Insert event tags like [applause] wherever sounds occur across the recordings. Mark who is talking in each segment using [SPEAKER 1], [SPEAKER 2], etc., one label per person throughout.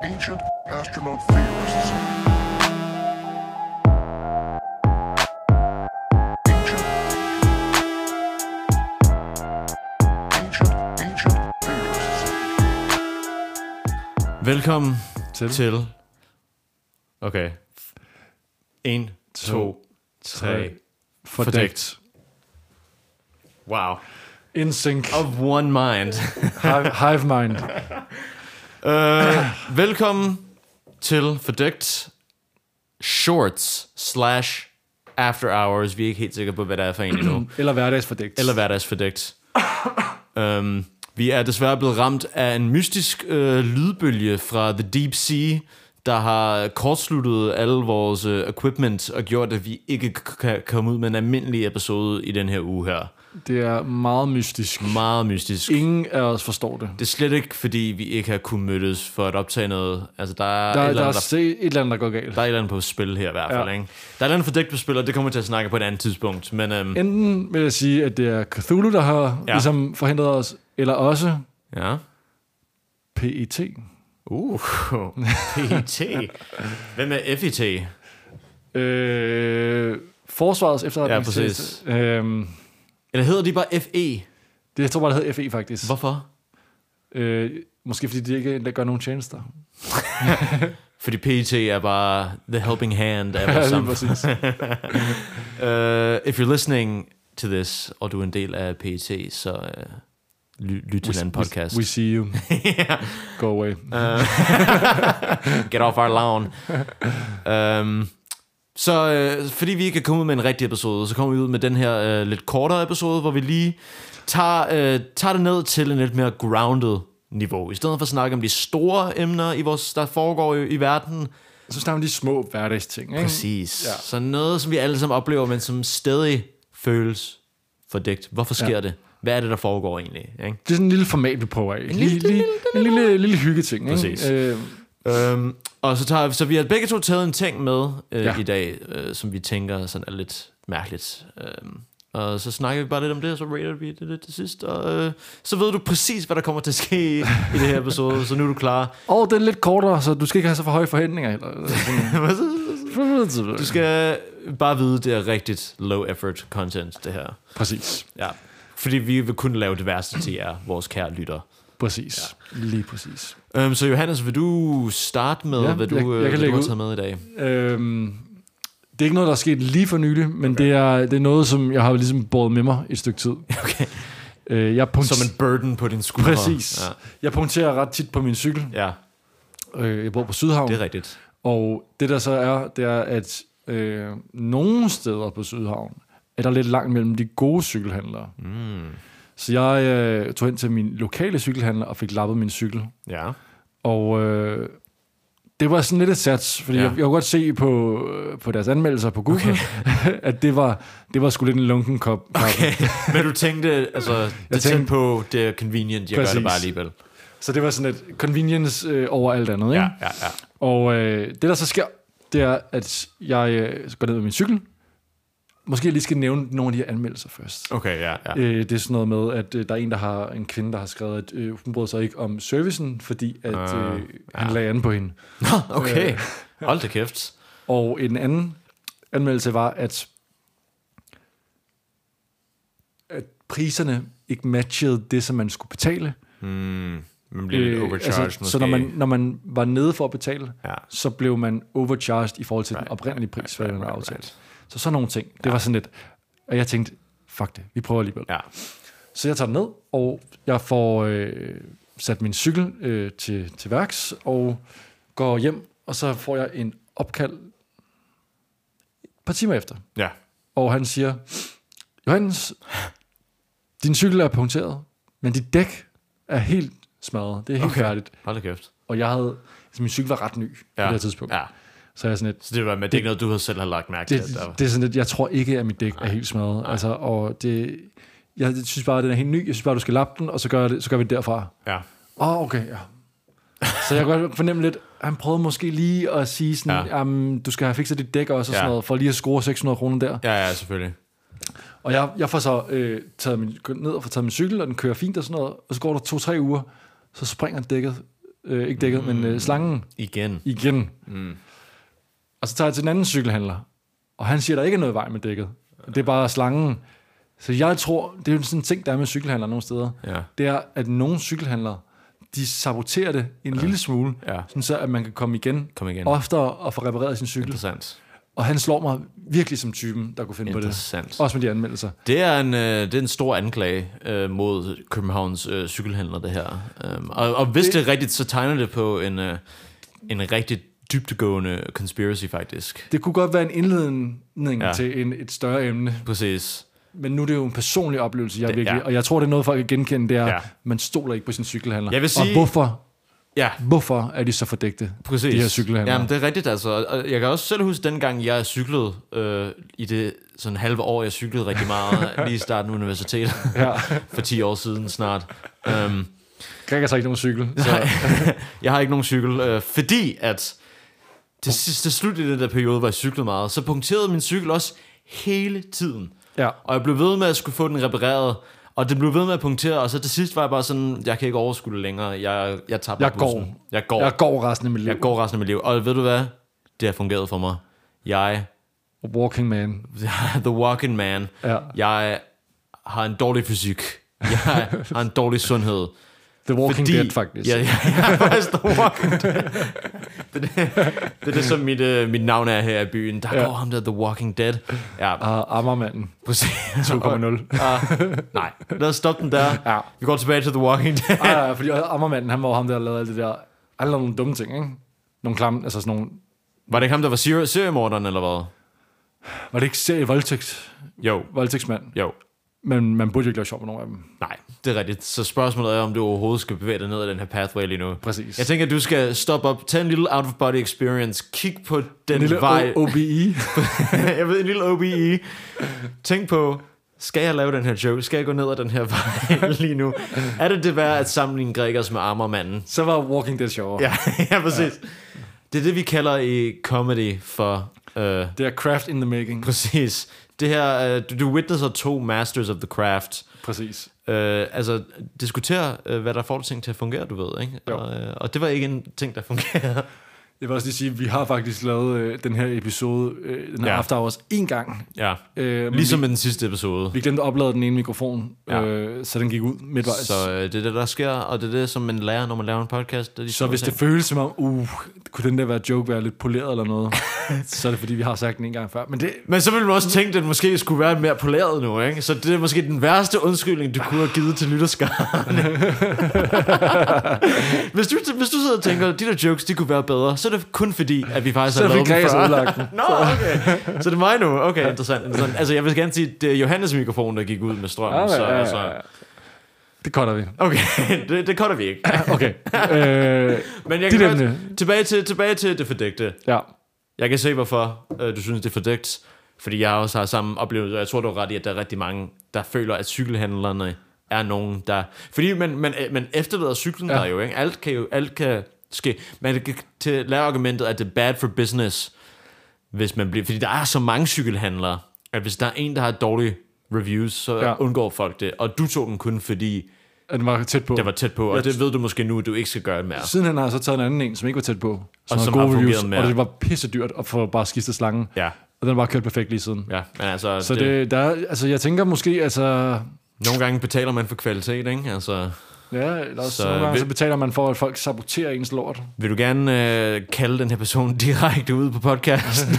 [SPEAKER 1] ancient astronaut theorists. Ancient, ancient, ancient theorists.
[SPEAKER 2] Velkommen
[SPEAKER 3] Til.
[SPEAKER 2] til. til. Okay. 1, 2, 3. Fordækt. Wow.
[SPEAKER 3] InSync.
[SPEAKER 2] Of one mind.
[SPEAKER 3] Hive, hive mind.
[SPEAKER 2] uh, velkommen til Fordækt Shorts slash After Hours. Vi er ikke helt sikre på, hvad der er for en endnu.
[SPEAKER 3] Eller hverdagsfordækt.
[SPEAKER 2] Eller hverdagsfordækt. um, vi er desværre blevet ramt af en mystisk øh, lydbølge fra The Deep Sea, der har kortsluttet alle vores øh, equipment og gjort, at vi ikke k- kan komme ud med en almindelig episode i den her uge her.
[SPEAKER 3] Det er meget mystisk.
[SPEAKER 2] Meget mystisk.
[SPEAKER 3] Ingen af os forstår det.
[SPEAKER 2] Det er slet ikke, fordi vi ikke har kunnet mødtes for at optage noget. Altså, der er,
[SPEAKER 3] Der,
[SPEAKER 2] et,
[SPEAKER 3] der,
[SPEAKER 2] eller
[SPEAKER 3] der er
[SPEAKER 2] andet, der,
[SPEAKER 3] se et eller andet, der går galt.
[SPEAKER 2] der er et eller andet på spil her i hvert fald.
[SPEAKER 3] Ja.
[SPEAKER 2] Ja. Ikke? Der er et eller andet fordækt på spil, og det kommer vi til at snakke på et andet tidspunkt. Men øhm,
[SPEAKER 3] Enten vil jeg sige, at det er Cthulhu, der har ja.
[SPEAKER 2] Ja.
[SPEAKER 3] ligesom forhindret os, eller også E
[SPEAKER 2] ja.
[SPEAKER 3] PET.
[SPEAKER 2] Uh, PET. E Hvem er E FET?
[SPEAKER 3] Øh, Forsvarets efterretningstjeneste. Ja, præcis. Øhm,
[SPEAKER 2] Eller hedder de bare FE?
[SPEAKER 3] det jeg tror bare, det hedder FE faktisk.
[SPEAKER 2] Hvorfor?
[SPEAKER 3] Øh, måske fordi de ikke der gør nogen tjenester.
[SPEAKER 2] Fordi PET er bare the helping
[SPEAKER 3] [laughs]
[SPEAKER 2] hand af
[SPEAKER 3] Ja,
[SPEAKER 2] vores
[SPEAKER 3] lige
[SPEAKER 2] samfund. [laughs]
[SPEAKER 3] præcis.
[SPEAKER 2] Uh, if you're listening to this, og du er en del af PET, så uh, ly- lyt til den podcast. [laughs]
[SPEAKER 3] We, we see you. Go away.
[SPEAKER 2] Øh. [laughs] Get off our lawn. um, så øh, fordi vi ikke kan komme ud med en rigtig episode, så kommer vi ud med den her øh, lidt kortere episode, hvor vi lige tager, øh, tager det ned til en lidt mere grounded niveau. I stedet for at snakke om de store emner, i vores, der foregår i, i verden.
[SPEAKER 3] Så snakker vi de små hverdagsting. Ikke?
[SPEAKER 2] Præcis.
[SPEAKER 3] Ja.
[SPEAKER 2] Ja. Så noget, som vi alle sammen oplever, men som stadig føles fordækt. Hvorfor sker ja. det? Hvad er det, der foregår egentlig? Ikke?
[SPEAKER 3] Det er sådan en lille format, vi prøver af. En lille, lille, en lille, lille hyggeting.
[SPEAKER 2] Præcis.
[SPEAKER 3] Ikke? Øh,
[SPEAKER 2] Øhm, og så, tager, så vi har begge to taget en ting med øh,
[SPEAKER 3] Ja.
[SPEAKER 2] ja. i dag, øh, som vi tænker sådan er lidt mærkeligt. Øhm, og så snakker vi bare lidt om det, og så rater vi det lidt til sidst. Og øh, så ved du præcis, hvad der kommer til at ske i, i det her episode, så nu er du klar.
[SPEAKER 3] og den er lidt kortere, så du skal ikke have så for høje
[SPEAKER 2] [laughs]
[SPEAKER 3] forhændninger. Eller,
[SPEAKER 2] Du skal bare vide, det er rigtigt low effort content, det her.
[SPEAKER 3] Præcis.
[SPEAKER 2] Ja. Fordi vi vil kun lave det værste til jer, vores kære lytter.
[SPEAKER 3] Præcis. Ja. Lige præcis.
[SPEAKER 2] Øhm, så Johannes, vil du starte med,
[SPEAKER 3] Ja,
[SPEAKER 2] ja, hvad du,
[SPEAKER 3] jeg-
[SPEAKER 2] jeg,
[SPEAKER 3] jeg
[SPEAKER 2] jeg
[SPEAKER 3] kan
[SPEAKER 2] hvad du
[SPEAKER 3] lægge
[SPEAKER 2] har
[SPEAKER 3] ud.
[SPEAKER 2] taget med i dag?
[SPEAKER 3] Øhm, det er ikke noget, der er sket lige for nylig, men okay. det, er, det er noget, som jeg har ligesom båret med mig et stykke tid.
[SPEAKER 2] [laughs] Okay.
[SPEAKER 3] Øh, jeg punkt-
[SPEAKER 2] Som en burden på din skulder.
[SPEAKER 3] Præcis. Ja. Jeg punkterer ret tit på min cykel.
[SPEAKER 2] Ja, ja
[SPEAKER 3] Øh, jeg bor på Sydhavn.
[SPEAKER 2] det er rigtigt.
[SPEAKER 3] Og det der så er, det er, at øh, nogle steder på Sydhavn, er der lidt langt mellem de gode cykelhandlere. Mm. Så jeg øh, tog hen til min lokale cykelhandler og fik lappet min cykel.
[SPEAKER 2] Ja.
[SPEAKER 3] Og øh, det var sådan lidt et sats, fordi ja.
[SPEAKER 2] Ja.
[SPEAKER 3] jeg, jeg kunne godt se på, øh, på deres anmeldelser på Google, okay. [laughs] at det var, det var sgu lidt en lunken kop. Okay.
[SPEAKER 2] Men du tænkte, altså, det er
[SPEAKER 3] tænkte-
[SPEAKER 2] tæt på, det er convenient, jeg Præcis. gør
[SPEAKER 3] Præcis.
[SPEAKER 2] det bare alligevel.
[SPEAKER 3] [laughs] Så det var sådan et convenience øh, over alt andet. Ikke?
[SPEAKER 2] Ja, ja, ja.
[SPEAKER 3] Og øh, det, der så sker, det er, at jeg øh, går ned med min cykel. Måske jeg lige skal nævne nogle af de her anmeldelser først.
[SPEAKER 2] Okay, ja, ja.
[SPEAKER 3] Øh, det er sådan noget med, at øh, der er en, der har, en kvinde, der har skrevet, at øh, hun brød sig ikke om servicen, fordi at, øh,
[SPEAKER 2] Ah,
[SPEAKER 3] han lagde an på hende.
[SPEAKER 2] Nå, okay.
[SPEAKER 3] øh,
[SPEAKER 2] Hold da kæft.
[SPEAKER 3] Og en anden anmeldelse var, at, at priserne ikke matchede det, som man skulle betale.
[SPEAKER 2] Man bliver lidt overcharged altså, måske.
[SPEAKER 3] øh, så når man, når man var nede for at betale,
[SPEAKER 2] Ja.
[SPEAKER 3] så blev man overcharged i forhold til right. den oprindelige pris, hvad right, man
[SPEAKER 2] right,
[SPEAKER 3] right,
[SPEAKER 2] right,
[SPEAKER 3] aftalt. Så sådan nogle ting. Det ja. var sådan lidt... Og jeg tænkte, fuck det, vi prøver alligevel.
[SPEAKER 2] Ja.
[SPEAKER 3] Så jeg tager den ned, og jeg får øh, sat min cykel øh, til, til værks, og går hjem, og så får jeg en opkald et par timer efter.
[SPEAKER 2] ja.
[SPEAKER 3] Og han siger, Johannes, din cykel er punkteret, men dit dæk er helt smadret. Det er helt okay. færdigt.
[SPEAKER 2] Hold da kæft.
[SPEAKER 3] Og jeg havde, altså min cykel var ret ny ja. på
[SPEAKER 2] Ja.
[SPEAKER 3] det her tidspunkt. Ja.
[SPEAKER 2] Ja.
[SPEAKER 3] Så jeg er sådan lidt,
[SPEAKER 2] Så det var med, det er ikke noget, du havde selv har lagt mærke til. at der var-
[SPEAKER 3] det, det er sådan lidt, jeg tror ikke, at mit dæk er helt smadret. Altså, og det, jeg synes bare, at den er helt ny. Jeg synes bare, du skal lappe den, og så gør, jeg det, så gør vi det derfra.
[SPEAKER 2] Ja.
[SPEAKER 3] Åh, oh, okay, ja. Så jeg kan godt fornemme lidt, han prøvede måske lige at sige sådan, ja.
[SPEAKER 2] Ja.
[SPEAKER 3] jamen, du skal have fikset dit dæk også, og sådan
[SPEAKER 2] Ja.
[SPEAKER 3] noget, for lige at score 600 kroner der.
[SPEAKER 2] Ja, ja, selvfølgelig.
[SPEAKER 3] Og jeg, jeg får så øh, taget min, ned og får taget min cykel, og den kører fint og sådan noget, og så går der to-tre uger, så springer dækket øh, ikke dækket, mm. men øh, slangen
[SPEAKER 2] Igen.
[SPEAKER 3] igen. Mm. Og så tager jeg til en anden cykelhandler, og han siger, der ikke er noget i vej med dækket. Det er bare slangen. Så jeg tror, det er jo sådan en ting, der er med cykelhandlere nogle steder.
[SPEAKER 2] Ja.
[SPEAKER 3] Det er, at nogle cykelhandlere, de saboterer det en ja. lille smule,
[SPEAKER 2] Ja.
[SPEAKER 3] sådan så at man kan komme igen,
[SPEAKER 2] Kom igen.
[SPEAKER 3] oftere og få repareret sin cykel.
[SPEAKER 2] Interessant.
[SPEAKER 3] Og han slår mig virkelig som typen, der kunne finde på det.
[SPEAKER 2] Interessant.
[SPEAKER 3] Også med de anmeldelser.
[SPEAKER 2] Det er en, øh, det er en stor anklage øh, mod Københavns øh, cykelhandler, det her. Um, og, og hvis det, det er rigtigt, så tegner det på en, øh, en rigtig dybtegående conspiracy, faktisk.
[SPEAKER 3] Det kunne godt være en indledning
[SPEAKER 2] Ja.
[SPEAKER 3] ja. til en, et større emne,
[SPEAKER 2] Præcis.
[SPEAKER 3] men nu er det jo en personlig oplevelse, jeg
[SPEAKER 2] Det-
[SPEAKER 3] det, virkelig,
[SPEAKER 2] ja.
[SPEAKER 3] ja. og jeg tror, det er noget, folk kan genkende, det er,
[SPEAKER 2] Ja.
[SPEAKER 3] ja. man stoler ikke på sin cykelhandler.
[SPEAKER 2] Jeg vil sige-
[SPEAKER 3] Og hvorfor,
[SPEAKER 2] Ja,
[SPEAKER 3] hvorfor er de så fordægte,
[SPEAKER 2] præcis.
[SPEAKER 3] de her cykelhandler?
[SPEAKER 2] Jamen, det er rigtigt, altså. Og jeg kan også selv huske, dengang jeg cyklede øh, i det sådan halve år, jeg cyklede rigtig
[SPEAKER 3] [laughs]
[SPEAKER 2] meget, lige i starten af universitetet, [laughs]
[SPEAKER 3] Ja.
[SPEAKER 2] for 10 år siden snart. Um,
[SPEAKER 3] Greg har så ikke nogen cykel. Så,
[SPEAKER 2] [laughs] jeg har ikke nogen cykel, øh, fordi at til sidste slut i den der periode, hvor jeg cyklede meget, så punkterede min cykel også hele tiden.
[SPEAKER 3] ja.
[SPEAKER 2] Og jeg blev ved med at skulle få den repareret, og det blev ved med at punktere, og så til sidst var jeg bare sådan, jeg kan ikke overskue det længere, jeg, jeg tager bare
[SPEAKER 3] Jeg går.
[SPEAKER 2] bussen. Jeg går.
[SPEAKER 3] Jeg
[SPEAKER 2] Jeg,
[SPEAKER 3] går resten af mit liv.
[SPEAKER 2] jeg går resten af mit liv. Og ved du hvad? Det har fungeret for mig. Jeg
[SPEAKER 3] Walking man.
[SPEAKER 2] the walking man.
[SPEAKER 3] Ja.
[SPEAKER 2] Jeg har en dårlig fysik.
[SPEAKER 3] [laughs]
[SPEAKER 2] Jeg har en dårlig sundhed.
[SPEAKER 3] The Walking Dead, faktisk.
[SPEAKER 2] Ja, ja, ja faktisk The Walking Dead. Det er det, det, er det som mit, øh, mit navn er her i byen. Der går
[SPEAKER 3] Ja.
[SPEAKER 2] ham der, The Walking Dead. Ja,
[SPEAKER 3] Og Ah, Ammermanden
[SPEAKER 2] præcis.
[SPEAKER 3] 2.0.
[SPEAKER 2] Nej, lad os stoppe den der.
[SPEAKER 3] [laughs] Ja.
[SPEAKER 2] Vi går tilbage til The Walking Dead.
[SPEAKER 3] Ej, ej, fordi Ammermanden, han var jo ham, der lavede alt det der, alle nogle dumme ting, ikke? Nogle klamme, altså sådan nogle,
[SPEAKER 2] Var det ikke ham, der var seri- seriemorderen, eller hvad?
[SPEAKER 3] var det ikke serie voldtægt,
[SPEAKER 2] Jo,
[SPEAKER 3] voldtægtsmand?
[SPEAKER 2] jo.
[SPEAKER 3] Men man burde jo ikke lave sjov med nogen af dem.
[SPEAKER 2] Nej, det er rigtigt. Så spørgsmålet er, om du overhovedet skal bevæge dig ned ad den her pathway lige nu.
[SPEAKER 3] Præcis.
[SPEAKER 2] Jeg tænker, at du skal stoppe op, tage en lille out-of-body experience, kig på den
[SPEAKER 3] En lille
[SPEAKER 2] vej.
[SPEAKER 3] O- E, OBI.
[SPEAKER 2] [laughs] jeg ved, en lille OBE. Tænk på, skal jeg lave den her joke? Skal jeg gå ned ad den her [laughs] vej lige nu? Er det det værd at sammenligne Gregers med Armermanden?
[SPEAKER 3] Så var Walking Dead sjovere.
[SPEAKER 2] Ja, [laughs] ja præcis. Ja. Det er det, vi kalder i comedy for... Øh,
[SPEAKER 3] Det er craft in the making.
[SPEAKER 2] præcis. Det her, øh, du, du witnesser to masters of the craft.
[SPEAKER 3] Præcis.
[SPEAKER 2] Øh, altså, diskutere, øh, hvad der får ting til at fungere, du ved, ikke?
[SPEAKER 3] Jo.
[SPEAKER 2] Og, øh, og det var ikke en ting, der
[SPEAKER 3] [laughs]
[SPEAKER 2] fungerede.
[SPEAKER 3] Jeg vil også lige sige, at vi har faktisk lavet øh, den her episode, øh, den her
[SPEAKER 2] Ja.
[SPEAKER 3] ja. after hours, én gang.
[SPEAKER 2] Ja,
[SPEAKER 3] Øh, men
[SPEAKER 2] ligesom
[SPEAKER 3] vi,
[SPEAKER 2] med den sidste episode.
[SPEAKER 3] vi glemte at oplade den ene mikrofon,
[SPEAKER 2] Ja.
[SPEAKER 3] ja. øh, så den gik ud midtvejs.
[SPEAKER 2] Så
[SPEAKER 3] Så,
[SPEAKER 2] øh, det er det, der sker, og det er det, som man lærer, når man laver en podcast. ligesom Det er de
[SPEAKER 3] så
[SPEAKER 2] små
[SPEAKER 3] hvis det
[SPEAKER 2] ting.
[SPEAKER 3] føles som om, uh, kunne den der være joke være lidt poleret eller
[SPEAKER 2] [laughs]
[SPEAKER 3] noget, så er det fordi, vi har sagt den en gang før. Men det,
[SPEAKER 2] Men så ville man også tænke, at den måske skulle være mere poleret nu, ikke? Så det er måske den værste undskyldning, du kunne have givet til lytterskaren.
[SPEAKER 3] [laughs]
[SPEAKER 2] hvis, du, hvis du sidder og tænker, at de der jokes, de kunne være bedre, så er det kun fordi, at vi faktisk
[SPEAKER 3] så
[SPEAKER 2] har lavet
[SPEAKER 3] fik
[SPEAKER 2] dem
[SPEAKER 3] Gregers
[SPEAKER 2] før.
[SPEAKER 3] udlagt den.
[SPEAKER 2] [laughs] Nå, okay. Så det er mig nu. Okay, interessant. interessant. Altså, jeg vil gerne sige, at det er Johannes mikrofon, der gik ud med strømmen.
[SPEAKER 3] Ah, Ja,
[SPEAKER 2] så,
[SPEAKER 3] ja, ja,
[SPEAKER 2] altså,
[SPEAKER 3] ja. Det cutter vi. [laughs]
[SPEAKER 2] okay, [laughs] det, det cutter vi ikke.
[SPEAKER 3] Okay. øh,
[SPEAKER 2] Men jeg
[SPEAKER 3] Dit
[SPEAKER 2] kan
[SPEAKER 3] emne.
[SPEAKER 2] godt, tilbage, til, tilbage til det fordægte.
[SPEAKER 3] ja.
[SPEAKER 2] Jeg kan se, hvorfor øh, du synes, det er fordækt. Fordi jeg også har samme oplevelse, og jeg tror, du har ret i, at der er rigtig mange, der føler, at cykelhandlerne er nogen, der... Fordi man, man, øh, man efterlader cyklen ja.
[SPEAKER 3] Ja.
[SPEAKER 2] der jo, ikke? Alt kan jo alt kan ske. Man kan til, lave argumentet, at det er bad for business, hvis man bliver... Fordi der er så mange cykelhandlere, at hvis der er en, der har dårlige reviews, så ja.
[SPEAKER 3] Ja.
[SPEAKER 2] undgår folk det. Og du tog den kun, fordi
[SPEAKER 3] Den var tæt på.
[SPEAKER 2] det var tæt på, og det ved du måske nu, at du ikke skal gøre det mere.
[SPEAKER 3] Sidenhen har jeg så taget en anden en, som ikke var tæt på. Som,
[SPEAKER 2] Og
[SPEAKER 3] og
[SPEAKER 2] som
[SPEAKER 3] som gode
[SPEAKER 2] har fungeret
[SPEAKER 3] reviews,
[SPEAKER 2] mere.
[SPEAKER 3] og det var pisse dyrt at få bare skiftet slangen.
[SPEAKER 2] Ja,
[SPEAKER 3] Og den var kørt perfekt lige siden.
[SPEAKER 2] ja. Men altså,
[SPEAKER 3] Så det, der, er- altså, jeg tænker måske, altså...
[SPEAKER 2] Nogle gange betaler man for kvalitet, ikke? Altså,
[SPEAKER 3] Ja, eller også
[SPEAKER 2] Så
[SPEAKER 3] så, nogle gange,
[SPEAKER 2] vil-
[SPEAKER 3] så betaler man for, at folk saboterer ens lort.
[SPEAKER 2] vil du gerne øh, kalde den her person [laughs] direkte ud på podcasten? [laughs]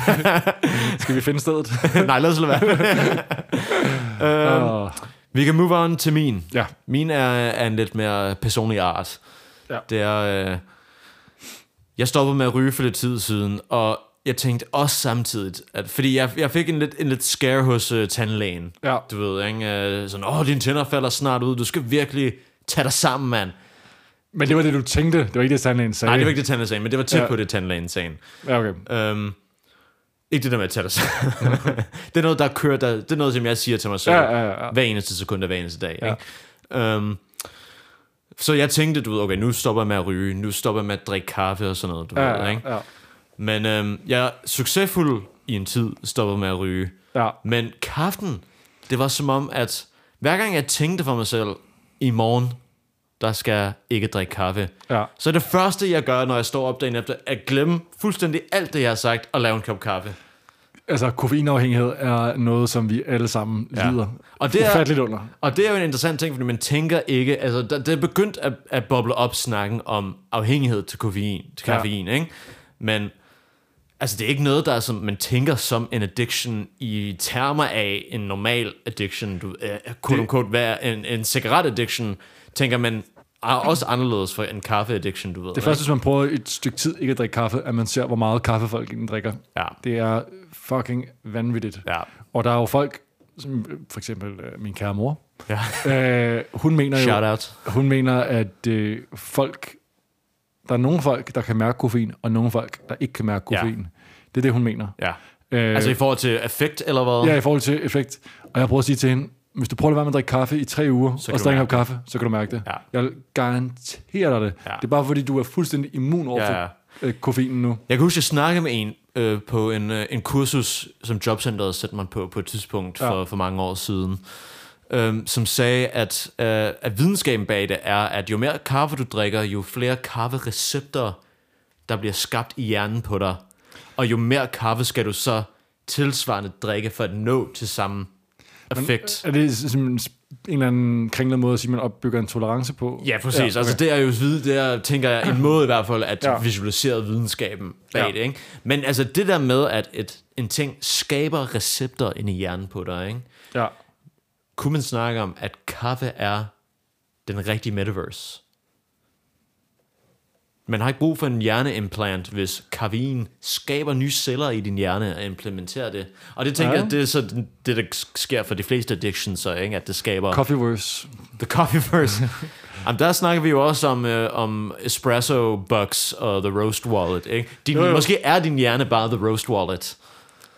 [SPEAKER 3] Skal vi finde stedet?
[SPEAKER 2] Nej, lad os lade være.
[SPEAKER 3] [laughs]
[SPEAKER 2] Øhm,
[SPEAKER 3] uh,
[SPEAKER 2] Vi kan move on til min.
[SPEAKER 3] ja.
[SPEAKER 2] Min er, er en lidt mere personlig art.
[SPEAKER 3] Ja.
[SPEAKER 2] Det er... Øh, jeg stoppede med at ryge for lidt tid siden, og jeg tænkte også samtidig, at, fordi jeg, jeg fik en lidt, en lidt scare hos øh, tandlægen.
[SPEAKER 3] Ja.
[SPEAKER 2] Du ved, ikke? Øh, sådan, åh, dine tænder falder snart ud, du skal virkelig tage dig sammen, mand.
[SPEAKER 3] Men det var det, du tænkte. Det var ikke det, Sandlægen sagde.
[SPEAKER 2] Nej, det var ikke det tandlægen, men det var tæt ja.
[SPEAKER 3] Ja.
[SPEAKER 2] på det tandlægen-sagen.
[SPEAKER 3] Ja, okay.
[SPEAKER 2] Øhm, ikke det der med at tage dig sammen. [laughs] det er noget, der kører, der, det er noget, som jeg siger til mig selv.
[SPEAKER 3] Ja, ja, ja.
[SPEAKER 2] Hver eneste sekund og hver eneste dag.
[SPEAKER 3] Ja.
[SPEAKER 2] Ikke? Øhm, så jeg tænkte, du ved, okay, nu stopper jeg med at ryge, nu stopper jeg med at drikke kaffe og sådan noget, du
[SPEAKER 3] Ja,
[SPEAKER 2] ved, ikke?
[SPEAKER 3] ja,
[SPEAKER 2] Men øhm, jeg er succesfuld i en tid stoppet med at ryge.
[SPEAKER 3] ja.
[SPEAKER 2] Men kaffen, det var som om, at hver gang jeg tænkte for mig selv, i morgen, der skal jeg ikke drikke kaffe.
[SPEAKER 3] Ja.
[SPEAKER 2] Så det første, jeg gør, når jeg står op dagen efter, er at glemme fuldstændig alt det, jeg har sagt, og lave en kop kaffe.
[SPEAKER 3] Altså, koffeinafhængighed er noget, som vi alle sammen
[SPEAKER 2] Ja.
[SPEAKER 3] lider
[SPEAKER 2] Og det er-
[SPEAKER 3] ufatteligt under.
[SPEAKER 2] Og det er jo en interessant ting, fordi man tænker ikke, altså der, det er begyndt at, at boble op snakken om afhængighed til koffein, til
[SPEAKER 3] Ja.
[SPEAKER 2] koffein, ja. ikke? Men altså det er ikke noget, der er, som man tænker som en addiction i termer af en normal addiction. Du, er, quote unquote, hvad er en, en cigaret addiction, tænker man er også anderledes for en kaffe addiction, du ved.
[SPEAKER 3] Det første, hvis man prøver et stykke tid ikke at drikke kaffe, at man ser, hvor meget kaffe folk egentlig drikker.
[SPEAKER 2] Ja.
[SPEAKER 3] Det er fucking vanvittigt.
[SPEAKER 2] Ja.
[SPEAKER 3] Og der er jo folk, som øh, for eksempel øh, min kære mor,
[SPEAKER 2] Ja.
[SPEAKER 3] øh, hun mener jo,
[SPEAKER 2] Shout out.
[SPEAKER 3] hun mener, at øh, folk, der er nogle folk, der kan mærke koffein, og nogle folk, der ikke kan mærke
[SPEAKER 2] Ja.
[SPEAKER 3] koffein. Det er det, hun mener.
[SPEAKER 2] Ja.
[SPEAKER 3] Øh,
[SPEAKER 2] Altså i forhold til affekt eller hvad?
[SPEAKER 3] Ja, i forhold til effekt. Og jeg prøver at sige til hende, hvis du prøver at lade være med at drikke kaffe i tre uger,
[SPEAKER 2] kan
[SPEAKER 3] og
[SPEAKER 2] du
[SPEAKER 3] så drikker
[SPEAKER 2] mærke
[SPEAKER 3] op kaffe, så kan du mærke det.
[SPEAKER 2] Ja.
[SPEAKER 3] Jeg garanterer dig det.
[SPEAKER 2] Ja.
[SPEAKER 3] Det er bare fordi, du er fuldstændig immun over
[SPEAKER 2] Ja, ja.
[SPEAKER 3] for øh, koffeinen nu.
[SPEAKER 2] Jeg kan huske, at jeg snakkede med en øh, på en, øh, en kursus, som Jobcenteret satte mig på på et tidspunkt
[SPEAKER 3] Ja.
[SPEAKER 2] for, for mange år siden, øhm, som sagde, at, øh, at videnskaben bag det er, at jo mere kaffe du drikker, jo flere kaffereceptorer, der bliver skabt i hjernen på dig. Og jo mere kaffe skal du så tilsvarende drikke for at nå til samme effekt.
[SPEAKER 3] Er det simpelthen en eller anden kringlet måde at sige, at man opbygger en tolerance på?
[SPEAKER 2] Ja, præcis. Ja, okay. Altså,
[SPEAKER 3] det,
[SPEAKER 2] det er jo vide, det er, tænker jeg, en måde i hvert fald at
[SPEAKER 3] Ja.
[SPEAKER 2] ja. visualisere videnskaben bag
[SPEAKER 3] Ja.
[SPEAKER 2] ja. det. Ikke? Men altså, det der med, at et, en ting skaber receptorer inde i hjernen på dig, ikke?
[SPEAKER 3] ja.
[SPEAKER 2] kunne man snakke om, at kaffe er den rigtige metaverse? Man har ikke brug for en hjerneimplant, hvis kaffein skaber nye celler i din hjerne og implementerer det. Og det tænker
[SPEAKER 3] Ja.
[SPEAKER 2] ja. jeg, det er så det, der sker for de fleste addictions, så, ikke? at det skaber...
[SPEAKER 3] Coffeeverse.
[SPEAKER 2] The coffee
[SPEAKER 3] [laughs]
[SPEAKER 2] first. Jamen, der snakker vi jo også om, øh, om espresso bucks og the roast wallet. Ikke? Din,
[SPEAKER 3] Jo,
[SPEAKER 2] jo,
[SPEAKER 3] jo.
[SPEAKER 2] jo. Måske er din hjerne bare the roast wallet.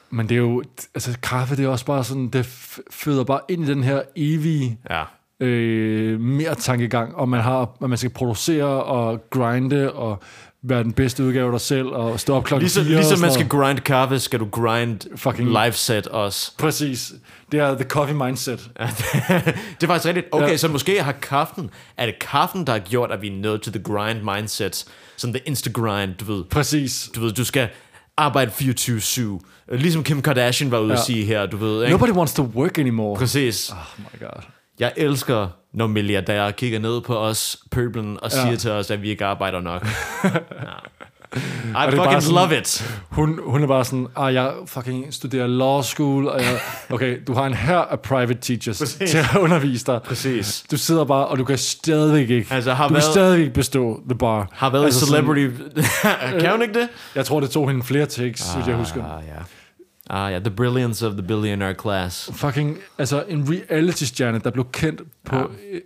[SPEAKER 3] Men det er jo, altså kaffe, det er også bare sådan, det f- føder bare ind i den her evige
[SPEAKER 2] Ja.
[SPEAKER 3] øh, mere tankegang, og man har, at man skal producere og grinde og være den bedste udgave af dig selv, og stå op klokken
[SPEAKER 2] Ligesom,
[SPEAKER 3] fire og
[SPEAKER 2] ligesom
[SPEAKER 3] sådan
[SPEAKER 2] man skal
[SPEAKER 3] noget.
[SPEAKER 2] grind kaffe, skal du grind
[SPEAKER 3] Fucking-
[SPEAKER 2] fucking live set også.
[SPEAKER 3] Præcis. Det er the coffee mindset. Ja. [laughs]
[SPEAKER 2] det er faktisk rigtigt. Okay,
[SPEAKER 3] Ja.
[SPEAKER 2] ja. så måske har kaffen, er det kaffen, der har gjort, at vi er nået til the grind mindset, som the insta-grind, du ved.
[SPEAKER 3] Præcis.
[SPEAKER 2] Du ved, du skal arbejde 24-7. Ligesom Kim Kardashian var ude ja.
[SPEAKER 3] Ja.
[SPEAKER 2] at sige her, du ved. Ikke?
[SPEAKER 3] Nobody wants to work anymore.
[SPEAKER 2] Præcis.
[SPEAKER 3] Oh my god.
[SPEAKER 2] Jeg elsker, når milliardærer kigger ned på os, pøblen, og
[SPEAKER 3] Ja.
[SPEAKER 2] siger til os, at vi ikke arbejder
[SPEAKER 3] [laughs]
[SPEAKER 2] nok. ja. I
[SPEAKER 3] det er bare
[SPEAKER 2] fucking
[SPEAKER 3] sådan-
[SPEAKER 2] love it.
[SPEAKER 3] Hun, hun er bare sådan, ah, jeg fucking studerer law school, og
[SPEAKER 2] [laughs]
[SPEAKER 3] jeg, okay, du har en her af private teachers Præcis. til at undervise dig.
[SPEAKER 2] Præcis.
[SPEAKER 3] Du sidder bare, og du kan stadigvæk ikke,
[SPEAKER 2] Altså, har
[SPEAKER 3] du kan
[SPEAKER 2] været-
[SPEAKER 3] stadigvæk ikke bestå the bar.
[SPEAKER 2] Har været altså
[SPEAKER 3] altså,
[SPEAKER 2] celebrity... [laughs] kan hun ikke det?
[SPEAKER 3] Sådan, jeg tror, det tog hende flere takes, ah. hvis jeg husker.
[SPEAKER 2] Ah, ja. Ah, ja. The brilliance of the billionaire class.
[SPEAKER 3] fucking, altså en reality-stjerne, der blev kendt på, ja. øh,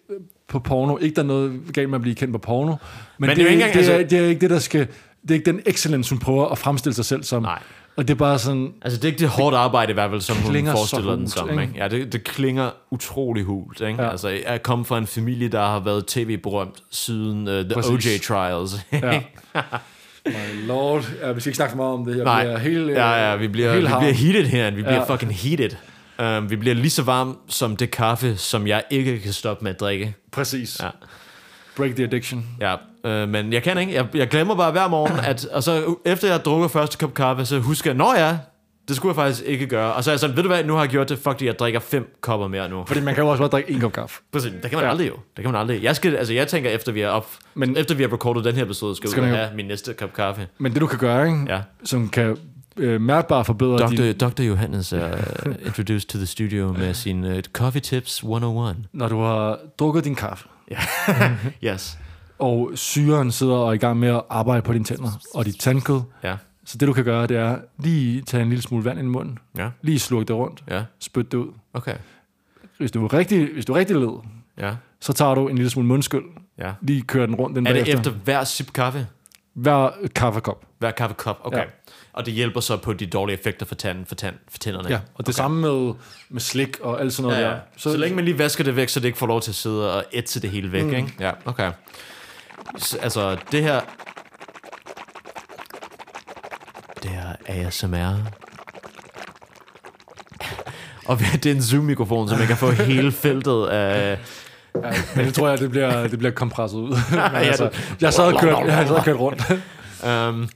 [SPEAKER 3] på porno. Ikke der er noget galt med at blive kendt på porno, men, men det,
[SPEAKER 2] det er
[SPEAKER 3] er
[SPEAKER 2] jo
[SPEAKER 3] ikke,
[SPEAKER 2] ikke
[SPEAKER 3] det,
[SPEAKER 2] engang-
[SPEAKER 3] er,
[SPEAKER 2] altså-
[SPEAKER 3] det er ikke det, der skal... Det er ikke den excellence, hun prøver at fremstille sig selv som.
[SPEAKER 2] Nej.
[SPEAKER 3] Og det er bare sådan...
[SPEAKER 2] Altså, det er ikke det hårdt arbejde i hvert fald, som hun
[SPEAKER 3] klinger så
[SPEAKER 2] forestiller den
[SPEAKER 3] hult,
[SPEAKER 2] som.
[SPEAKER 3] ikke?
[SPEAKER 2] Ikke? Ja, det, det klinger utrolig hult. Ikke?
[SPEAKER 3] Ja.
[SPEAKER 2] Ja. Altså, jeg kommer fra en familie, der har været tv-berømt siden uh, The
[SPEAKER 3] Præcis.
[SPEAKER 2] OJ Trials.
[SPEAKER 3] Ja.
[SPEAKER 2] [laughs]
[SPEAKER 3] My lord. Ja, vi skal ikke snakke for meget om det. Jeg
[SPEAKER 2] Nej,
[SPEAKER 3] bliver helt, øh,
[SPEAKER 2] ja, ja, vi bliver, vi
[SPEAKER 3] helt
[SPEAKER 2] bliver heated her, vi bliver
[SPEAKER 3] Ja.
[SPEAKER 2] fucking heated. Um, vi bliver lige så varm som det kaffe, som jeg ikke kan stoppe med at drikke.
[SPEAKER 3] Præcis. Ja.
[SPEAKER 2] Ja.
[SPEAKER 3] Break the addiction.
[SPEAKER 2] Ja, øh, men jeg kan ikke. Jeg, jeg glemmer bare hver morgen,
[SPEAKER 3] [clears throat]
[SPEAKER 2] at, og så u- efter jeg drukker første kop kaffe, så husker jeg, nå ja, det skulle jeg faktisk ikke gøre. Og så er jeg sådan, ved du hvad, nu har jeg gjort det, fuck det, jeg drikker fem kopper mere
[SPEAKER 3] [laughs]
[SPEAKER 2] nu.
[SPEAKER 3] Fordi man kan jo også bare drikke en kop kaffe.
[SPEAKER 2] Præcis, det kan man
[SPEAKER 3] Ja.
[SPEAKER 2] ja. aldrig jo. Det kan man aldrig. Jeg, skal, altså, jeg tænker, efter vi er op,
[SPEAKER 3] Men-
[SPEAKER 2] men, efter vi har recordet den her episode, skal,
[SPEAKER 3] Skal
[SPEAKER 2] skal ud
[SPEAKER 3] man
[SPEAKER 2] og
[SPEAKER 3] jo-
[SPEAKER 2] have min næste kop kaffe.
[SPEAKER 3] Men det, du kan gøre, ikke?
[SPEAKER 2] Ja.
[SPEAKER 3] som kan øh, mærkbart forbedre din...
[SPEAKER 2] Dr. Dr. Johannes er uh, introduced to the studio med sin uh, Coffee Tips 101.
[SPEAKER 3] Når du har drukket din kaffe,
[SPEAKER 2] Yes.
[SPEAKER 3] og syren sidder og er i gang med at arbejde på dine tænder og dit tandkød,
[SPEAKER 2] Ja.
[SPEAKER 3] Så det du kan gøre, det er lige tage en lille smule vand ind i munden,
[SPEAKER 2] Ja.
[SPEAKER 3] lige slurke det rundt,
[SPEAKER 2] Ja.
[SPEAKER 3] spyt det ud.
[SPEAKER 2] Okay.
[SPEAKER 3] Hvis du er rigtig, hvis du er rigtig led,
[SPEAKER 2] Ja.
[SPEAKER 3] så tager du en lille smule mundskyld,
[SPEAKER 2] Ja.
[SPEAKER 3] lige kører den rundt den
[SPEAKER 2] Er det
[SPEAKER 3] bagefter.
[SPEAKER 2] efter hver sip kaffe?
[SPEAKER 3] Hver kaffekop.
[SPEAKER 2] Hver kaffekop? Okay.
[SPEAKER 3] Ja.
[SPEAKER 2] Ja. Og det hjælper så på de dårlige effekter for, tanden, for, tand, for tænderne?
[SPEAKER 3] Ja, og det okay. samme med, med slik og alt sådan noget
[SPEAKER 2] Ja, ja.
[SPEAKER 3] der.
[SPEAKER 2] Så, så længe man lige vasker det væk, så det ikke får lov til at sidde og ætse det hele væk, mm. ikke? Ja, okay. Så, altså, det her... Det her er ASMR. [laughs] Og det er en Zoom-mikrofon, så man kan få hele feltet af,
[SPEAKER 3] Ja, men det tror jeg, det bliver, det bliver kompresset
[SPEAKER 2] [laughs]
[SPEAKER 3] ud. Men altså,
[SPEAKER 2] det-
[SPEAKER 3] jeg sad og kørte, jeg sad og
[SPEAKER 2] [laughs]
[SPEAKER 3] kørte rundt.
[SPEAKER 2] Um,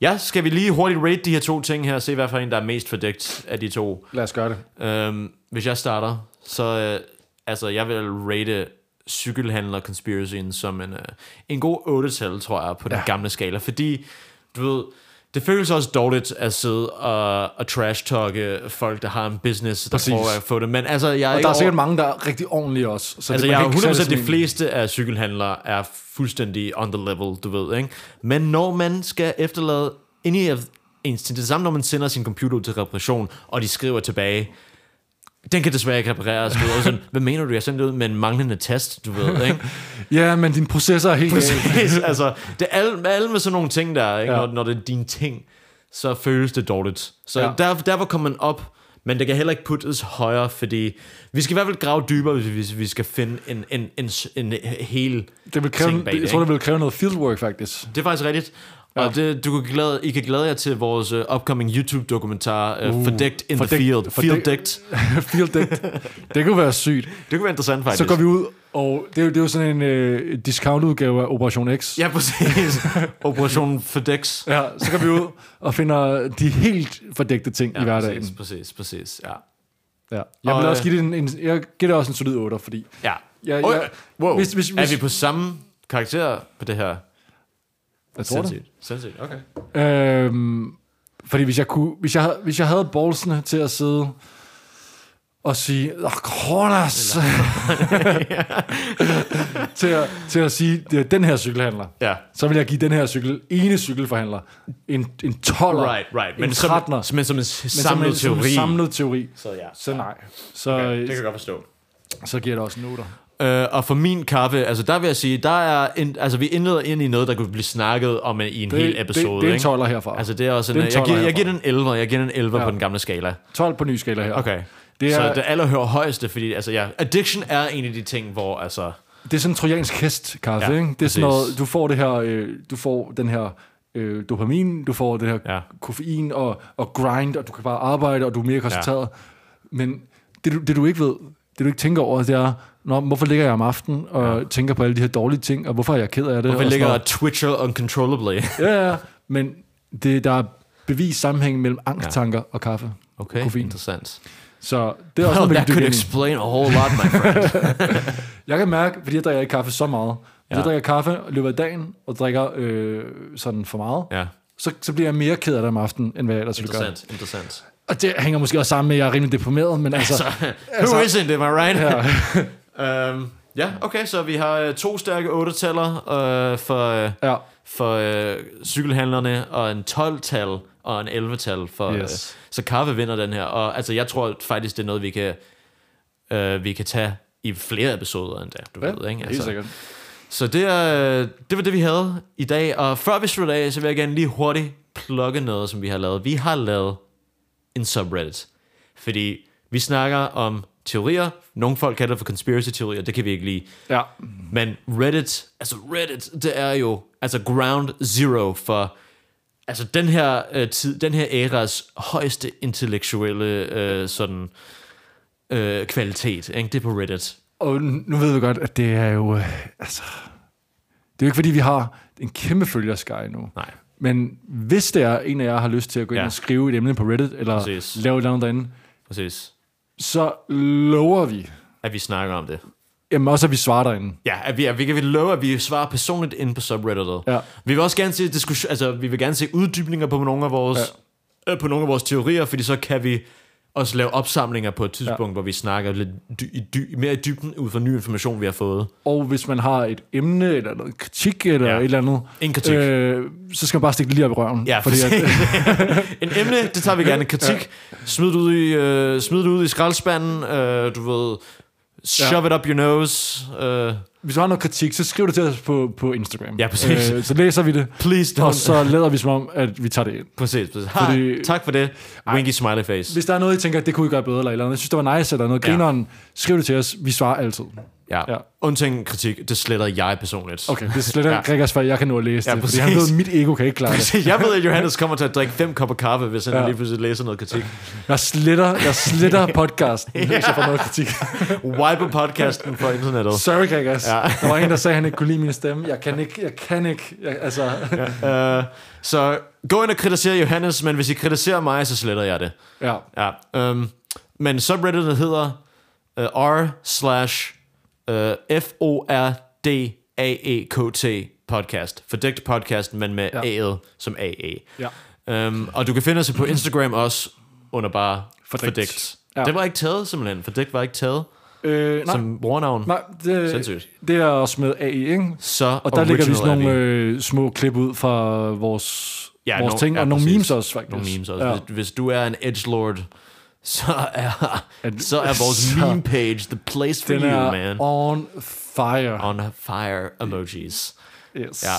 [SPEAKER 2] ja, skal vi lige hurtigt rate de her to ting her, og se hvad for en, der er mest fordækt af de to.
[SPEAKER 3] Lad os gøre det.
[SPEAKER 2] Um, hvis jeg starter, så uh, altså, jeg vil rate cykelhandler conspiracyen som en, uh, en god 8-tal, tror jeg, på den
[SPEAKER 3] Ja.
[SPEAKER 2] gamle skala. Fordi, du ved, det føles også dårligt at sidde og, og trash-talke folk, der har en business, der
[SPEAKER 3] Præcis.
[SPEAKER 2] prøver at få det. Men altså, jeg er
[SPEAKER 3] Og
[SPEAKER 2] ikke
[SPEAKER 3] der er
[SPEAKER 2] over-
[SPEAKER 3] sikkert mange, der er rigtig ordentlige også. Så
[SPEAKER 2] Altså,
[SPEAKER 3] det, man
[SPEAKER 2] jeg er
[SPEAKER 3] kan ikke sætte
[SPEAKER 2] 100%
[SPEAKER 3] sådan
[SPEAKER 2] de
[SPEAKER 3] en-
[SPEAKER 2] fleste af cykelhandlere er fuldstændig on the level, du ved, ikke? Men når man skal efterlade any of ens ting, det er det samme, når man sender sin computer ud til reparation, og de skriver tilbage, den kan desværre ikke repareres, du ved, og sådan, hvad mener du, jeg sendte ud med en manglende test, du ved, ikke?
[SPEAKER 3] Ja, men din processor er helt galt.
[SPEAKER 2] Præcis, altså, det er alle, alle med sådan nogle ting der, ikke?
[SPEAKER 3] Ja.
[SPEAKER 2] Ja. Når, når det er dine ting, så føles det dårligt. Så
[SPEAKER 3] Ja.
[SPEAKER 2] ja. der, derfor kommer man op, men det kan heller ikke puttes højere, fordi vi skal i hvert fald grave dybere, hvis, vi- hvis vi skal finde en, en, en, s- en hel
[SPEAKER 3] Det vil kræve,
[SPEAKER 2] ting bag det.
[SPEAKER 3] jeg tror, det
[SPEAKER 2] ikke?
[SPEAKER 3] vil kræve noget fieldwork,
[SPEAKER 2] [laughs]
[SPEAKER 3] faktisk.
[SPEAKER 2] det er faktisk rigtigt. Og det, du kan glæde, I kan glæde jer til vores uh, upcoming YouTube-dokumentar, uh, uh, Fordækt in
[SPEAKER 3] Fordækt-
[SPEAKER 2] the Field.
[SPEAKER 3] fordækt-
[SPEAKER 2] Field Dækt.
[SPEAKER 3] Fieldægt. Det kunne være sygt.
[SPEAKER 2] Det kunne være interessant faktisk.
[SPEAKER 3] Så går vi ud, og det er jo, det er jo sådan en øh, discount-udgave af Operation X.
[SPEAKER 2] Ja, præcis. Operation Fordæks.
[SPEAKER 3] ja. Så går vi ud og finder de helt fordækte ting ja, i hverdagen.
[SPEAKER 2] Præcis, præcis, præcis. Ja.
[SPEAKER 3] Ja. Jeg
[SPEAKER 2] Og,
[SPEAKER 3] vil
[SPEAKER 2] øh,
[SPEAKER 3] også give det en, en, jeg giver det også en solid 8, fordi...
[SPEAKER 2] Ja.
[SPEAKER 3] Jeg,
[SPEAKER 2] Oj,
[SPEAKER 3] jeg,
[SPEAKER 2] wow.
[SPEAKER 3] Hvis, hvis, hvis,
[SPEAKER 2] er vi på samme karakter på det her?
[SPEAKER 3] jeg tror det.
[SPEAKER 2] Sindssygt, okay.
[SPEAKER 3] Øhm, fordi hvis jeg, kunne, hvis, jeg, havde- hvis jeg havde ballsene til at sidde og sige, "Åh, Kronos! [laughs] til, at, til at sige, det er den her cykelhandler.
[SPEAKER 2] Ja.
[SPEAKER 3] Så vil jeg give den her cykel, ene cykelforhandler, en, en 12
[SPEAKER 2] Right, right.
[SPEAKER 3] en
[SPEAKER 2] Men,
[SPEAKER 3] 13'er.
[SPEAKER 2] som, som, men som en samlet
[SPEAKER 3] en, Som en
[SPEAKER 2] teori.
[SPEAKER 3] ligesom samlet teori.
[SPEAKER 2] Så ja.
[SPEAKER 3] Så nej. Så,
[SPEAKER 2] Okay, det kan jeg
[SPEAKER 3] okay,
[SPEAKER 2] godt forstå.
[SPEAKER 3] så giver det også en 8.
[SPEAKER 2] Øh, og for min kaffe, altså der vil jeg sige, der er en, altså vi indleder ind i noget, der kunne blive snakket om i en
[SPEAKER 3] Det,
[SPEAKER 2] hel
[SPEAKER 3] det,
[SPEAKER 2] episode.
[SPEAKER 3] det er en
[SPEAKER 2] ikke?
[SPEAKER 3] 12 herfra.
[SPEAKER 2] Altså det er også en,
[SPEAKER 3] Det er en
[SPEAKER 2] jeg, giver,
[SPEAKER 3] 12'er
[SPEAKER 2] jeg giver den 11, jeg giver den 11
[SPEAKER 3] Ja.
[SPEAKER 2] på den gamle skala.
[SPEAKER 3] 12 på ny skala her.
[SPEAKER 2] Okay.
[SPEAKER 3] Det
[SPEAKER 2] Det
[SPEAKER 3] er-
[SPEAKER 2] er, så det allerhøjeste, højeste, fordi altså ja, addiction er en af de ting, hvor altså...
[SPEAKER 3] Det er sådan en trojansk hest, kaffe, ja,
[SPEAKER 2] Ja,
[SPEAKER 3] ikke? Det er sådan
[SPEAKER 2] præcis.
[SPEAKER 3] noget, du får det her, øh, du får den her øh, dopamin, du får det her ja.
[SPEAKER 2] Ja.
[SPEAKER 3] koffein og, og grind, og du kan bare arbejde, og du er mere koncentreret. Ja. Men det, du- det du ikke ved, det du ikke tænker over, det er, Nå, hvorfor ligger jeg om aftenen og ja. tænker på alle de her dårlige ting, og hvorfor er jeg ked af det?
[SPEAKER 2] Hvorfor
[SPEAKER 3] og sådan
[SPEAKER 2] ligger
[SPEAKER 3] noget.
[SPEAKER 2] og twitcher uncontrollably?
[SPEAKER 3] Ja, ja, men det, der er bevist sammenhæng mellem angsttanker ja. og kaffe.
[SPEAKER 2] Okay,
[SPEAKER 3] Koffein.
[SPEAKER 2] interessant.
[SPEAKER 3] Så
[SPEAKER 2] [laughs]
[SPEAKER 3] det er også
[SPEAKER 2] Well,
[SPEAKER 3] noget, man
[SPEAKER 2] that
[SPEAKER 3] kan
[SPEAKER 2] could
[SPEAKER 3] dykke ind i.
[SPEAKER 2] explain a whole lot, my friend.
[SPEAKER 3] [laughs] Jeg kan mærke, fordi jeg drikker ikke kaffe så meget. Ja.
[SPEAKER 2] Ja.
[SPEAKER 3] Jeg drikker kaffe i løbet af dagen, og drikker øh, sådan for meget.
[SPEAKER 2] ja,
[SPEAKER 3] så, så bliver jeg mere ked af det om aftenen, end hvad jeg ellers ville gøre.
[SPEAKER 2] interessant, interessant.
[SPEAKER 3] Og det hænger måske også sammen med, at jeg er rimelig deprimeret, men altså, [laughs]
[SPEAKER 2] Så,
[SPEAKER 3] altså
[SPEAKER 2] who isn't, am I right? Ja, [laughs] um, ja okay, så vi har øh, to stærke 8-taller øh, for, øh,
[SPEAKER 3] ja,
[SPEAKER 2] for øh, cykelhandlerne, og en 12-tal og en 11-tal. For,
[SPEAKER 3] Yes.
[SPEAKER 2] yes. øh, så Kaffe vinder den her, og altså, jeg tror faktisk, det er noget, vi kan, øh, vi kan tage i flere episoder end det, du
[SPEAKER 3] ja
[SPEAKER 2] ved, ikke? Altså,
[SPEAKER 3] helt sikkert.
[SPEAKER 2] Så det, er, øh, det var det, vi havde i dag. Og før vi slutter af, så vil jeg gerne lige hurtigt plukke noget, som vi har lavet. Vi har lavet en subreddit. Fordi vi snakker om teorier. Nogle folk kalder det for conspiracy-teorier. Det kan vi ikke lide.
[SPEAKER 3] Ja,
[SPEAKER 2] Men Reddit, altså Reddit, det er jo altså ground zero for altså den her øh, tid, den her æras højeste intellektuelle øh, sådan øh, kvalitet. Ikke? Det er på Reddit.
[SPEAKER 3] og nu ved vi godt, at det er jo, øh, altså, det er jo ikke fordi, vi har en kæmpe følgerskare nu.
[SPEAKER 2] Nej.
[SPEAKER 3] Men hvis der er en af jer har lyst til at gå ind
[SPEAKER 2] Ja.
[SPEAKER 3] og skrive et emne på Reddit, eller
[SPEAKER 2] Præcis.
[SPEAKER 3] lave et eller andet derinde,
[SPEAKER 2] Præcis.
[SPEAKER 3] så lover vi,
[SPEAKER 2] At vi snakker om det.
[SPEAKER 3] jamen også at vi svarer derinde.
[SPEAKER 2] Ja, at vi, at vi kan vi love, at vi svarer personligt ind på subredditet.
[SPEAKER 3] Ja.
[SPEAKER 2] Vi vil også gerne se diskussion, altså vi vil gerne se uddybninger på nogle af vores øh, på nogle af vores teorier, fordi så kan vi også lave opsamlinger på et tidspunkt, ja. hvor vi snakker lidt dy, i dy, mere i dybden ud fra ny information, vi har fået.
[SPEAKER 3] Og hvis man har et emne, eller noget kritik, eller
[SPEAKER 2] Ja.
[SPEAKER 3] et eller andet,
[SPEAKER 2] En kritik.
[SPEAKER 3] Øh, så skal man bare stikke det lige op i røven.
[SPEAKER 2] Ja, fordi
[SPEAKER 3] at,
[SPEAKER 2] [laughs] en emne, det tager vi gerne. Kritik, ja. smid, det ud i, øh, smid det ud i skraldespanden, øh, du ved, shove it up your nose. Øh,
[SPEAKER 3] hvis du har noget kritik, så skriv det til os på, på Instagram.
[SPEAKER 2] Ja, præcis.
[SPEAKER 3] Øh, så læser vi [laughs] det,
[SPEAKER 2] Please don't.
[SPEAKER 3] og så lader vi som om, at vi tager det ind.
[SPEAKER 2] Præcis, præcis. Ha,
[SPEAKER 3] Fordi-
[SPEAKER 2] tak for det. Winky smiley face.
[SPEAKER 3] Hvis der er noget, I tænker, det kunne I gøre bedre, eller, et eller andet. Jeg synes, det var nice, eller noget
[SPEAKER 2] Ja.
[SPEAKER 3] grineren, skriv det til os. Vi svarer altid.
[SPEAKER 2] Ja.
[SPEAKER 3] Ja.
[SPEAKER 2] ja. Undtagen kritik, det sletter jeg personligt.
[SPEAKER 3] Okay, det sletter [laughs] ja. Rikkers, for jeg kan nå at læse
[SPEAKER 2] Ja,
[SPEAKER 3] det, fordi han
[SPEAKER 2] præcis.
[SPEAKER 3] ved, mit ego kan ikke klare
[SPEAKER 2] [laughs]
[SPEAKER 3] det.
[SPEAKER 2] jeg ved, at Johannes kommer til at drikke fem kopper kaffe, hvis han
[SPEAKER 3] Ja.
[SPEAKER 2] ja. lige pludselig læser noget kritik.
[SPEAKER 3] Jeg sletter, jeg sletter [laughs] podcasten, hvis jeg får noget [laughs] kritik.
[SPEAKER 2] Wipe podcasten på internettet.
[SPEAKER 3] Sorry, Rikkers. Ja.
[SPEAKER 2] Ja.
[SPEAKER 3] Der var en, der sagde, at han ikke kunne lide min stemme. Jeg kan ikke, jeg kan ikke. Jeg, altså, [laughs] ja.
[SPEAKER 2] Uh, så gå ind og kritiser Johannes, men hvis I kritiserer mig, så sletter jeg det.
[SPEAKER 3] [laughs] ja.
[SPEAKER 2] Ja. Um, men subredditet hedder uh, r slash uh, f o r d a e k t podcast. Fordækt podcast, men med
[SPEAKER 3] Ja.
[SPEAKER 2] ja. A'et som E. A-E.
[SPEAKER 3] ja.
[SPEAKER 2] Um, og du kan finde os på Instagram også, under bare
[SPEAKER 3] Fordækt.
[SPEAKER 2] fordækt. fordækt.
[SPEAKER 3] Ja.
[SPEAKER 2] Ja. Det var ikke taget simpelthen. Fordækt var ikke taget
[SPEAKER 3] Øh, nej,
[SPEAKER 2] som brugernavn.
[SPEAKER 3] nej det,
[SPEAKER 2] Sindssygt.
[SPEAKER 3] det er også med AI, ikke?
[SPEAKER 2] Så
[SPEAKER 3] Og der ligger vi
[SPEAKER 2] original
[SPEAKER 3] sådan
[SPEAKER 2] er
[SPEAKER 3] nogle øh, små klip ud fra vores, ja,
[SPEAKER 2] Ja,
[SPEAKER 3] vores
[SPEAKER 2] nogle-
[SPEAKER 3] ting,
[SPEAKER 2] ja,
[SPEAKER 3] og nogle
[SPEAKER 2] præcis.
[SPEAKER 3] memes også, faktisk.
[SPEAKER 2] Nogle memes også.
[SPEAKER 3] Ja.
[SPEAKER 2] Ja. Hvis, hvis du er en edgelord, så er,
[SPEAKER 3] At-
[SPEAKER 2] så er vores
[SPEAKER 3] [laughs] så-
[SPEAKER 2] meme page the place for
[SPEAKER 3] Den
[SPEAKER 2] you,
[SPEAKER 3] er
[SPEAKER 2] man.
[SPEAKER 3] on fire.
[SPEAKER 2] On fire emojis.
[SPEAKER 3] Yes.
[SPEAKER 2] Ja.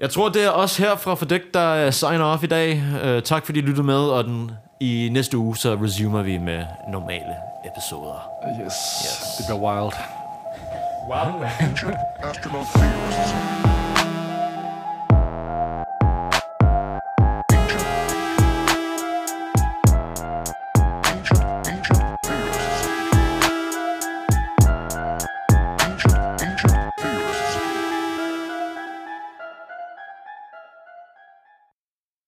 [SPEAKER 2] Jeg tror, det er os her fra Fordæk, der øh, signer off i dag. Uh, tak fordi I lyttede med, og den, i næste uge, så resumer vi med normale episoder.
[SPEAKER 3] Yes. Det bliver wild.
[SPEAKER 1] Ancient astronaut theorists.